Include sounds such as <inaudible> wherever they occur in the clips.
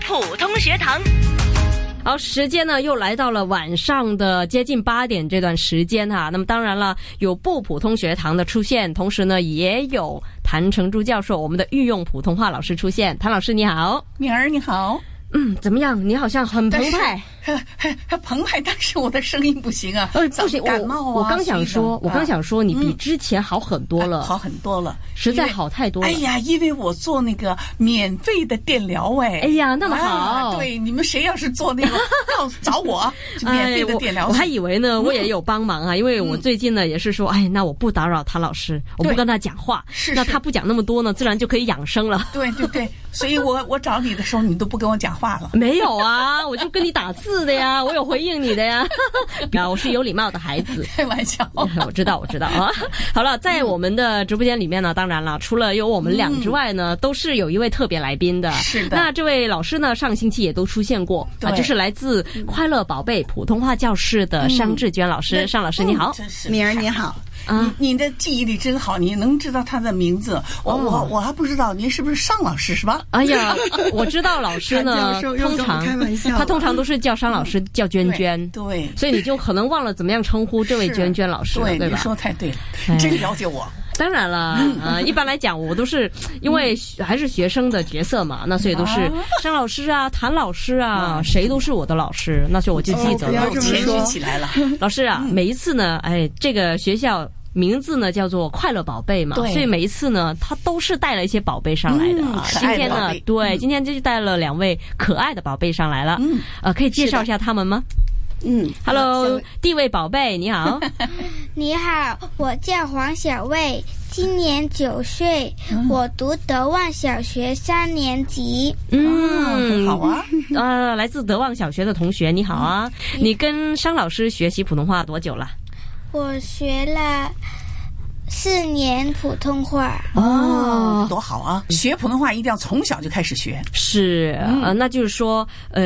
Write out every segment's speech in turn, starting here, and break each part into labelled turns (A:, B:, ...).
A: 普通学堂。
B: 好，时间呢又来到了晚上的接近八点这段时间哈、那么当然了，有不普通学堂的出现，同时呢也有谭成珠教授，我们的御用普通话老师出现。谭老师你好，
C: 敏儿你好，
B: 嗯，怎么样？你好像很澎
C: 但 <laughs> 是
B: 湃。
C: 呵呵呵澎湃，但是 <laughs> 我的声音不行啊，
B: 呃，
C: 早
B: 不行，我
C: 感冒啊，
B: 我刚想说，我刚想说，你比
C: 嗯
B: 之前好很多
C: 说
B: 了，
C: 哎好很多了，
B: 实在
C: 因为
B: 好太多了。
C: 哎呀，因为我做那个免费的电疗，哎，
B: 哎呀那么好
C: 啊对，你们谁要是做那
B: <laughs>
C: 个，要找我，啊就免费
B: 哎
C: 的
B: 我
C: 电疗。
B: 我还以为
C: <laughs>
B: 呢，我也有帮忙啊，因为我
C: 嗯
B: 最近呢也是说，哎，那我不打扰谭老师，我不
C: 对
B: 跟他讲话，
C: 是
B: 那
C: 是
B: 他不讲那么多呢，自然就可以养生
C: <laughs>
B: 了。
C: 对对对，所以我我找你的时候，你都不跟我讲话了。 <laughs>
B: 没有啊，我就跟你打字的呀，我有回应你的
C: <laughs>
B: 呀。啊，我是有礼貌的孩子。 <laughs>
C: 开玩笑，
B: 我知道，我知道啊。好了，在
C: 嗯
B: 我们的直播间里面呢，当然了，除了有我们俩之外呢，都是有一位特别来宾的。
C: 嗯是的
B: 那这位老师呢，上星期也都出现过啊，
C: 对嗯
B: 就是来自快乐宝贝普通话教室的商志娟老师。尚老师你好，
C: 嗯真是
D: 敏儿你好，
B: 啊，
C: 你你的记忆力真好，你能知道他的名字。我、
B: 哦
C: 我我还不知道您是不是尚老师是吧？
B: 哎呀，我知道老师呢，
D: 谭教授又
B: 通
D: 跟我
B: 常
D: 开玩笑了
B: 他通常都是叫商老师叫娟娟，
C: 对，
B: 所以你就可能忘了怎么样称呼这位
C: 是
B: 娟娟老师了，
C: 对，
B: 对
C: 你
B: 吧？
C: 说太对了，
B: 哎
C: 你真了解我。
B: 当然了，啊，一般来讲，我都是因为学还是学生的角色嘛，那所以都是张老师啊、谭老师啊，谁都是我的老师，那所以我就记
D: 哦
B: 着
D: 不
B: 了
D: 要
C: 有
D: 这么
C: 前
D: 说
C: 举起来了， <laughs>
B: 老师
C: 嗯
B: 啊，每一次呢，哎，这个学校。名字呢叫做快乐宝贝嘛，
C: 对
B: 所以每一次呢，他都是带了一些宝贝上来的啊。
C: 嗯可
B: 今
C: 爱的
B: 天
C: 宝
B: 呢
C: 贝，
B: 对，今天就带了两位可爱的宝贝上来了。
C: 嗯，
B: 呃，可以介绍一下他们吗
D: 嗯
B: ？Hello，地位宝贝，你
C: <laughs>
B: 好。
E: 你好，我叫黄小卫，今年九岁，我读德望小学三年级。
B: 嗯，
C: 好啊，
B: 呃，来自德望小学的同学，你好啊！
C: 嗯
B: 你跟商老师学习普通话多久了？
E: 我学了四年普通话。
B: 哦，
C: 多好啊！学普通话一定要从小就开始学，
B: 是
C: 嗯
B: 啊、呃那就是说，呃，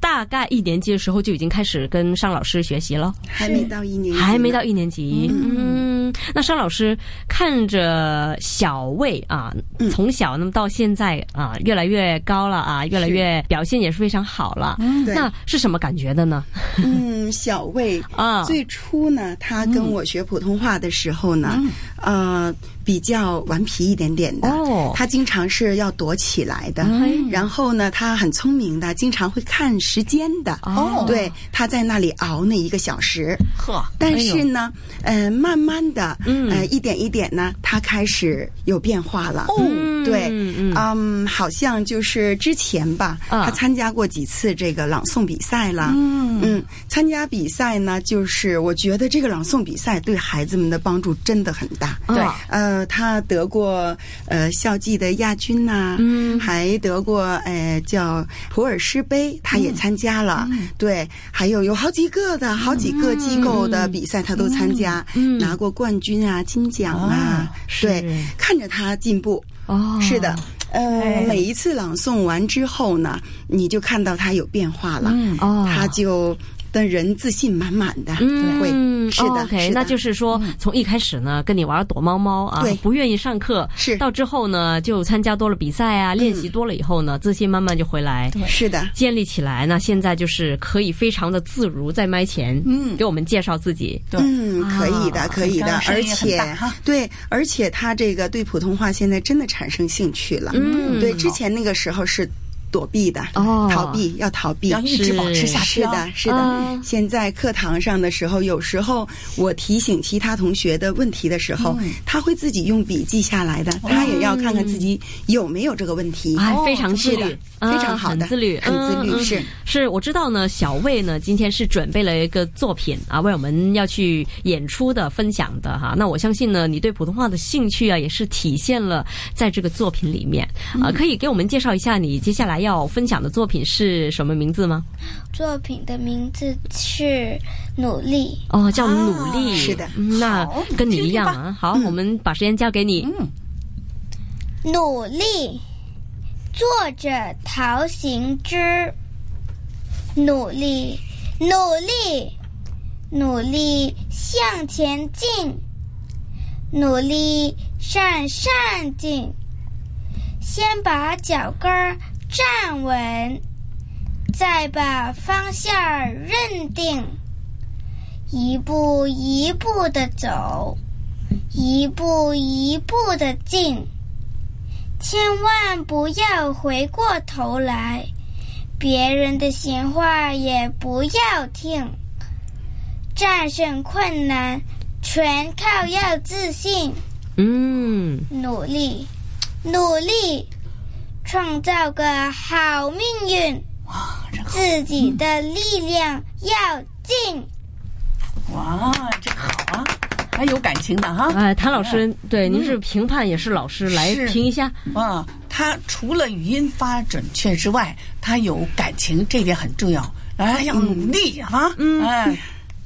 B: 大概一年级的时候就已经开始跟商老师学习了，
D: 还没到一年级呢，
B: 还没到一年级。嗯，那商老师看着小魏啊，
D: 嗯
B: 从小那么到现在啊，越来越高了啊，越来越表现也是非常好了。
D: 嗯对，
B: 那是什么感觉的呢？
D: 嗯，小魏
B: 啊，
D: 最初呢，他
B: 嗯
D: 跟我学普通话的时候呢，呃，比较顽皮一点点的，
B: 哦嗯
D: 他经常是要躲起来的，然后呢，他很聪明的，经常会看时间的，
B: 哦
D: 对，他在那里熬那一个小时，
C: 呵，
D: 但是呢，呃，慢慢的，
B: 哎嗯
D: 呃，一点一点呢，他开始有变化了。
B: 嗯
D: 对，
B: 嗯
D: 嗯，好像就是之前吧，
B: 啊
D: 他参加过几次这个朗诵比赛了。嗯参加比赛呢，就是我觉得这个朗诵比赛对孩子们的帮助真的很大。
B: 对
D: 呃，他得过呃校际的亚军呐、
B: 嗯
D: 还得过呃叫普尔师杯，他
B: 嗯
D: 也参加了。对，还有有好几个的好几个机构的比赛他都参加，
B: 嗯哦
D: 拿过冠军啊、金奖啊。
B: 是
D: 对，看着他进步。
B: 哦，
D: 是的，呃，
C: 哎
D: 每一次朗诵完之后呢，你就看到他有变化了，
B: 哦，
D: 他就的人自信满满的，会
B: 嗯，
D: 是的，
B: o k
D: 是的嗯
B: 那就是说，从一开始呢，跟你玩躲猫猫啊
D: 对，
B: 不愿意上课，
D: 是嗯
B: 到之后呢，就参加多了比赛啊，练习多了以后呢，自信慢慢就回来。
D: 是的，
B: 建立起来，那现在就是可以非常的自如，在麦前，
C: 嗯
B: 给我们介绍自己，
C: 对
D: 嗯，可以
B: 啊
D: 的，可以
C: 刚
D: 的
C: 刚，声
D: 而
C: 音也很
D: 且
C: 大哈
D: 对，而且他这个对普通话现在真的产生兴趣了，
B: 嗯
D: 对，
C: 好
D: 之前那个时候是躲避的，
B: 哦
D: 逃避要逃避，
C: 要一直保持下
D: 是
C: 去啊
D: 的，是的。
B: 啊
D: 现在课堂上的时候，有时候我提醒其他同学的问题的时候，
C: 嗯
D: 他会自己用笔记下来的，
C: 哦
D: 他也要看看自己有没有这个问题。
C: 啊
B: 哎，非常自
D: 哦是
B: 律
D: 的，，非常好
B: 啊
D: 的，
B: 很自律，
D: 很自律
B: 嗯嗯
D: 是。
B: 是我知道呢，小魏呢今天是准备了一个作品啊，为我们要去演出的分享的哈。那我相信呢，你对普通话的兴趣啊，也是体现了在这个作品里面
D: 嗯
B: 啊。可以给我们介绍一下你接下来要分享的作品是什么名字吗？
E: 作品的名字是《努力》。
B: 哦，叫努力，
D: 啊是的
B: 嗯，那
C: 好
B: 跟你
C: 听听
B: 一样
C: 吧
B: 啊。好，我们把时间交给你。
C: 嗯，
E: 努力，作者陶行知。努力，努力，努力向前进，努力上上进。先把脚跟儿站稳，再把方向认定，一步一步的走，一步一步的进，千万不要回过头来，别人的闲话也不要听。战胜困难，全靠要自信、
B: 嗯，
E: 努力、努力，创造个好命运。
C: 哇，这个
E: 自己的力量要尽。
C: 哇，这个好啊，还有感情的哈。
B: <laughs> 哎，谭老
D: 嗯
B: 师，对，您是评判也是老师，来
C: 是
B: 评一下。
C: 啊，他除了语音发准确之外，他有感情，这点很重要。哎，要努力啊！嗯，哎，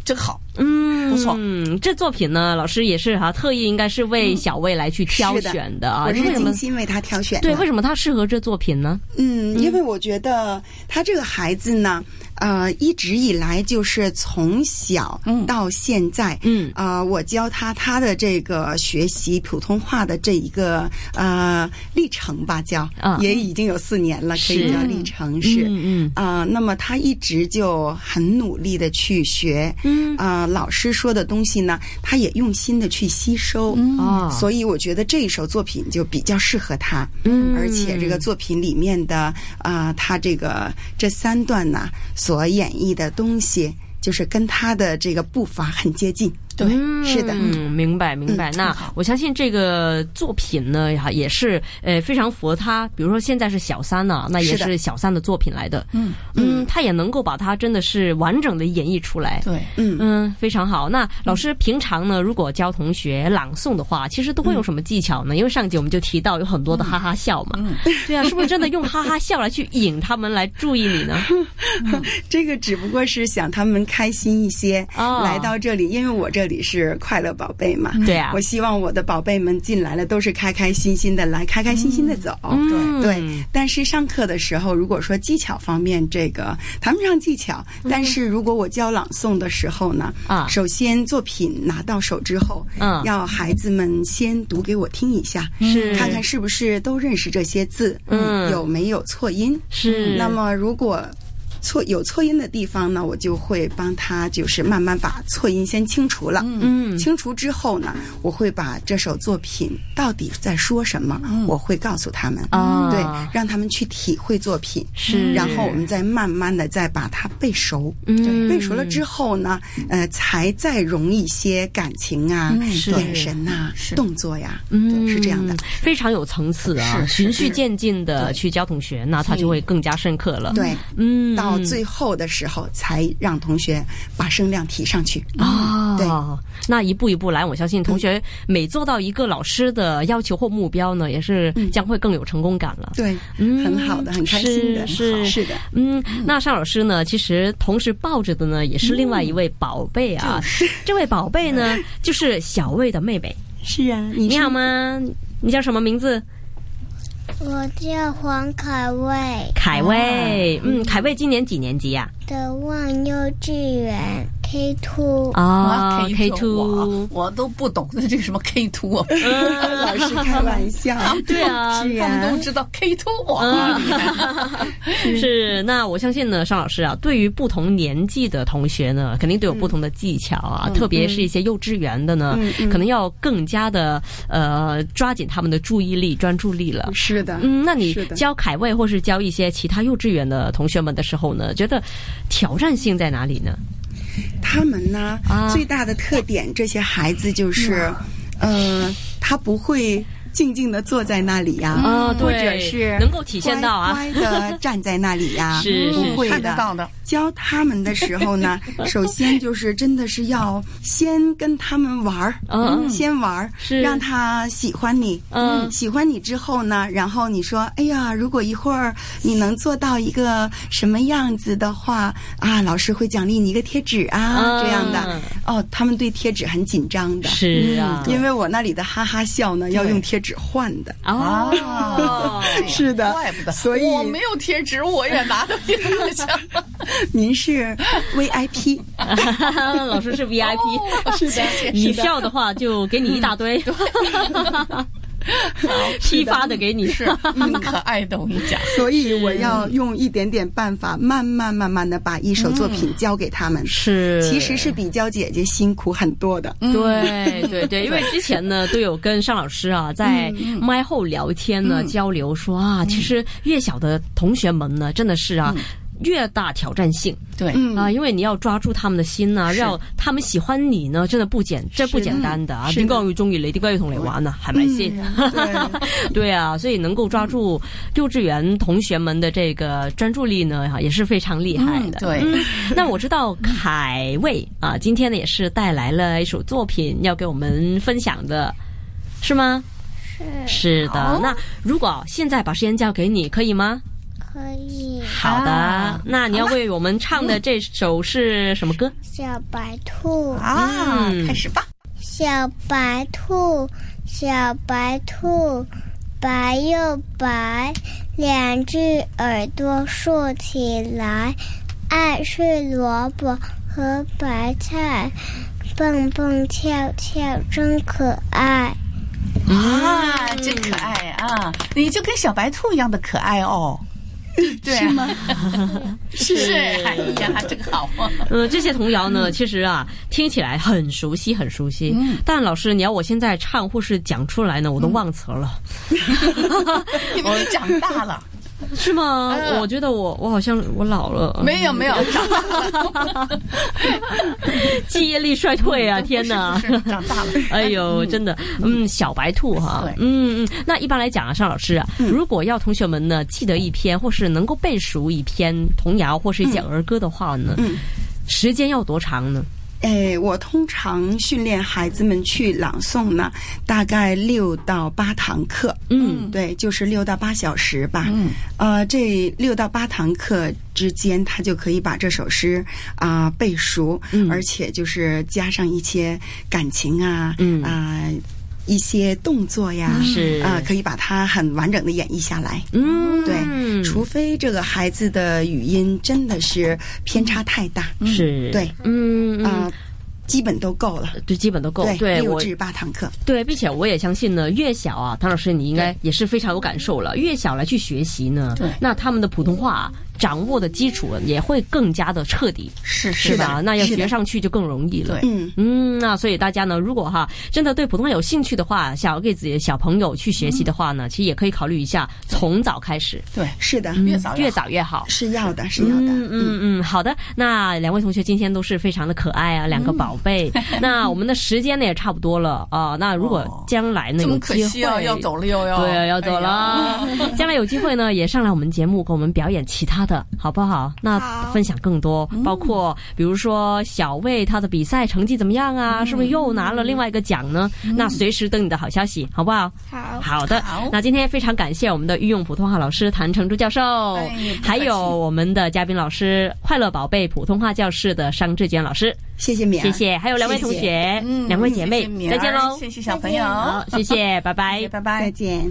C: 真好。
B: 嗯，
C: 不错
B: 嗯，这作品呢，老师也是哈、特意应该是为小魏来去挑
D: 嗯是的
B: 选的啊。
D: 我是
B: 为什么
D: 精？心为他挑选的。
B: 对，为什么他适合这作品呢？
D: 嗯，因为我觉得他这个孩子呢，呃，一直以来就是从小到现在，
B: 嗯
D: 呃，我教他他的这个学习普通话的这一个呃历程吧，叫、
B: 啊
D: 也已经有四年了，可
B: 是
D: 以叫历程是。
B: 嗯
D: 啊、那么他一直就很努力的去学，
B: 嗯
D: 啊、老师说的东西呢，他也用心的去吸收，
B: 嗯啊，
D: 所以我觉得这一首作品就比较适合他，
B: 嗯
D: 而且这个作品里面的啊、呃他这个这三段呢所演绎的东西，就是跟他的这个步伐很接近。对，是的，
B: 嗯，明白明白。那我相信这个作品呢，哈也是呃非常符合他，比如说现在是小三呢、那也
D: 是的
B: 是小三的作品来的。嗯嗯，他也能够把它真的是完整的演绎出来。
C: 对，
B: 嗯，非常好。那老师平常呢，如果教同学朗诵的话，其实都会用什么技巧呢？因为上一节我们就提到有很多的哈哈笑嘛，对啊，是不是真的用哈哈笑来去引他们来注意你呢？
D: 这个只不过是想他们开心一些，
B: 哦
D: 来到这里，因为我这里是快乐宝贝嘛。
B: 对啊
D: 我希望我的宝贝们进来了都是开开心心的来，开开心心的走。
B: 嗯
D: 对，但是上课的时候，如果说技巧方面，这个谈不上技巧。但是如果我教朗诵的时候呢，
B: 嗯啊
D: 首先作品拿到手之后，
B: 嗯
D: 要孩子们先读给我听一下，
B: 是
D: 看嗯看是不是都认识这些字，
B: 嗯
D: 有没有错音。
B: 是
D: 那么如果错有错音的地方呢，我就会帮他就是慢慢把错音先清除了。
B: 嗯
D: 清除之后呢，我会把这首作品到底在说什么，我会告诉他们。
B: 嗯啊
D: 对，让他们去体会作品。
B: 是，
D: 然后我们再慢慢的再把它背熟，
B: 嗯
D: 背熟了之后呢，呃，才再融一些感情啊、
B: 嗯是
D: 眼神呐、动作呀，
B: 嗯
D: 是这样的。
B: 非常有层次啊，
C: 是是
B: 循序渐进的去教同学，那他就会更加深刻了。
D: 对，
B: 嗯，
D: 到最后的时候才让同学把声量提上去。嗯
B: 啊，
D: 对，嗯
B: 那一步一步来，我相信同学每做到一个老师的要求或目标呢，也是
D: 嗯
B: 将会更有成功感了。
D: 对，
B: 嗯
D: 很好的，很开心的，
B: 是
D: 是的。
B: 嗯，那尚老师呢？其实同时抱着的呢，也是另外一位宝贝啊。这位宝贝
D: <laughs>
B: 呢，就是小魏的妹妹。
D: 是啊，你
B: 你好吗？你叫什么名字？
E: 我叫黄凯卫
B: 凯
D: 啊
B: 威。嗯，凯威今年几年级啊呀？
E: 的望幼稚园 K two，
B: 啊，K
C: two，
B: two。
C: 我都不懂的这什么 K two，啊，
B: <laughs>
D: 老 <laughs> 师开玩笑，
B: 对
D: <laughs>
B: 啊，
D: 是
C: 他们
D: 啊
C: 都，知道 K two，哇
B: 啊， <laughs> 是，那我相信呢，尚老师啊，对于不同年纪的同学呢，肯定都有不同的技巧啊，特别是一些幼稚园的呢，可能要更加的呃抓紧他们的注意力、专注力了。
D: 是的，
B: 嗯，那你
D: 是的
B: 教凯卫或是教一些其他幼稚园的同学们的时候呢，觉得挑战性在哪里呢？
D: 他们呢、
B: 啊
D: 最大的特点，这些孩子就是，
B: 嗯
D: 呃，他不会静静的坐在那里呀、
B: 啊对
D: 或者是
B: 能够体现到啊
D: 乖的站在那里呀、
B: <laughs> 是是
D: 不会
C: 看得到的。
D: 教他们的时候呢，首先就是真的是要先跟他们玩儿，
B: 嗯
D: 先玩儿，
B: 是
D: 让他喜欢你，
B: 嗯
D: 喜欢你之后呢，然后你说，哎呀，如果一会儿你能做到一个什么样子的话啊，老师会奖励你一个贴纸啊，
B: 嗯
D: 这样的。哦，他们对贴纸很紧张的，嗯
B: 是啊，
D: 因为我那里的哈哈笑呢，要用贴纸换的。
B: 哦
C: 啊，
D: 是的
C: 怪不得，
D: 所以
C: 我没有贴纸，我也拿到贴纸去。
D: 您是 VIP，
B: <laughs> 老
C: 哦 <laughs>
B: 师是 VIP，、
C: 是的，
B: <laughs> 你笑的话就给你一大堆。批发的给你
C: 是，很可爱的，我跟你讲。
D: <laughs> 所以我要用一点点办法，慢慢慢慢的把一手作品交给他们。
B: 嗯是
D: 其实是嗯比较姐姐辛苦很多的。
B: 对对对，因为之前呢都有跟尚老师
D: 嗯
B: 啊在麦后聊天呢、交流说啊，其实越小的同学们呢，真的是啊。越大挑战性
C: 对，
D: 嗯
B: 啊，因为你要抓住他们的心呐、
C: 是
B: 让他们喜欢你呢，真的不简，这不简单的啊！
D: 是的嗯
B: 點解我會中意你？點解要同你玩啊？係咪先？
D: 对，
B: <laughs> <laughs> 对啊，所以能够抓住幼稚园同学们的这个专注力呢，哈，也是非常厉害的。
C: 嗯对
B: 那我知道凯卫啊，今天呢也是带来了一首作品要给我们分享的，是吗？
E: 是
B: 是的。
E: 好
B: 那如果现在把时间交给你，可以吗？
E: 可以。
B: 好的。
C: 啊
B: 那你要为我们唱的这首是什么歌？
E: 小白兔，
C: 啊
B: 嗯，
C: 开始吧。
E: 小白兔，小白兔，白又白，两只耳朵竖起来，爱吃萝卜和白菜，蹦蹦跳跳真可爱。
C: 啊，真可爱啊！你就跟小白兔一样的可爱 <laughs> 哦。对、啊，是 <laughs> 吗？是哎呀，这个好啊！
B: 呃，这些童谣
C: 嗯
B: 呢，其实啊，听起来很熟悉，很熟悉。但老师，你要我现在唱或是讲出来呢，
C: 嗯
B: 我都忘词儿了，
C: 因为 <laughs> 你长大了，
B: 是吗？
C: 嗯
B: 我觉得我我好像我老了，
C: <laughs> 没有没有，长大了，
B: <laughs> 记忆力衰退
C: <laughs>
B: 啊！天哪
C: 不！是不是长大了。
B: <laughs> 哎呦，真的，嗯，小白兔哈
C: 对，嗯
B: 嗯嗯，那一般来讲啊，尚老师啊，如果要同学们呢记得一篇或是能够背熟一篇童谣或是一些儿歌的话呢，
D: 嗯
B: 时间要多长呢？
D: 哎，我通常训练孩子们去朗诵呢，大概六到八堂课。
B: 嗯，
D: 对，就是六到八小时吧。
C: 嗯，
D: 呃，这六到八堂课之间，他就可以把这首诗啊、背熟，
B: 嗯
D: 而且就是加上一些感情啊，
B: 嗯
D: 啊、一些动作呀，
B: 是
D: 啊、可以把它很完整的演绎下来。
B: 嗯，
D: 对，除非这个孩子的语音真的是偏差太大，
B: 是，
D: 对，
B: 嗯嗯
D: 啊、基本都够了。
B: 对，基本都够。
D: 对，六
B: 我
D: 至八堂课。
B: 对，并且我也相信呢，越小啊，唐老师你应该也是非常有感受了。越小来去学习呢，
C: 对
B: 那他们的普通话啊掌握的基础也会更加的彻底，
C: 是
B: 是
C: 是
B: 吧？
C: 的，
B: 那要
D: 是的
B: 学上去就更容易了
C: 对。
D: 嗯，
B: 嗯，那所以大家呢，如果哈真的对普通话有兴趣的话，想要给自己的小朋友去学习的话呢，其实也可以考虑一下从早开始，
C: 对，
D: 是的，
C: 越早
B: 越
C: 好
B: 早越好。
D: 是要的，是要的。
B: 嗯嗯嗯，好的。那两位同学今天都是非常的可爱
C: 嗯
B: 啊，两个宝
C: <laughs>
B: 贝。那我们的时间呢也差不多了啊、那如果
C: 哦
B: 将来呢、
C: 这么
B: 有
C: 可
B: 机
C: 惜啊，
B: 会，
C: 要走了又要哎
B: 对啊，要走了啊。 <laughs> 将来有机会呢，也上来我们节目给我们表演其他的，好不好？那
E: 好
B: 分享更多，
C: 嗯
B: 包括比如说小魏他的比赛成绩怎么样啊？
C: 嗯
B: 是不是又拿了另外一个奖呢？那随时等你的好消息，好不好？
E: 好，
B: 好的
C: 好，
B: 那今天非常感谢我们的御用普通话老师谭成珠教授，
C: 哎不客气
B: 哦还有我们的嘉宾老师快乐宝贝普通话教室的商志娟老师，
D: 谢谢米儿，
B: 谢谢，还有两位同学，
C: 嗯
B: 两位姐妹，
C: 谢谢敏
B: 再
C: 儿
B: 见喽，
C: 谢谢小朋友，哎
B: 好，谢谢，拜拜
C: 谢谢拜拜
D: 再。见。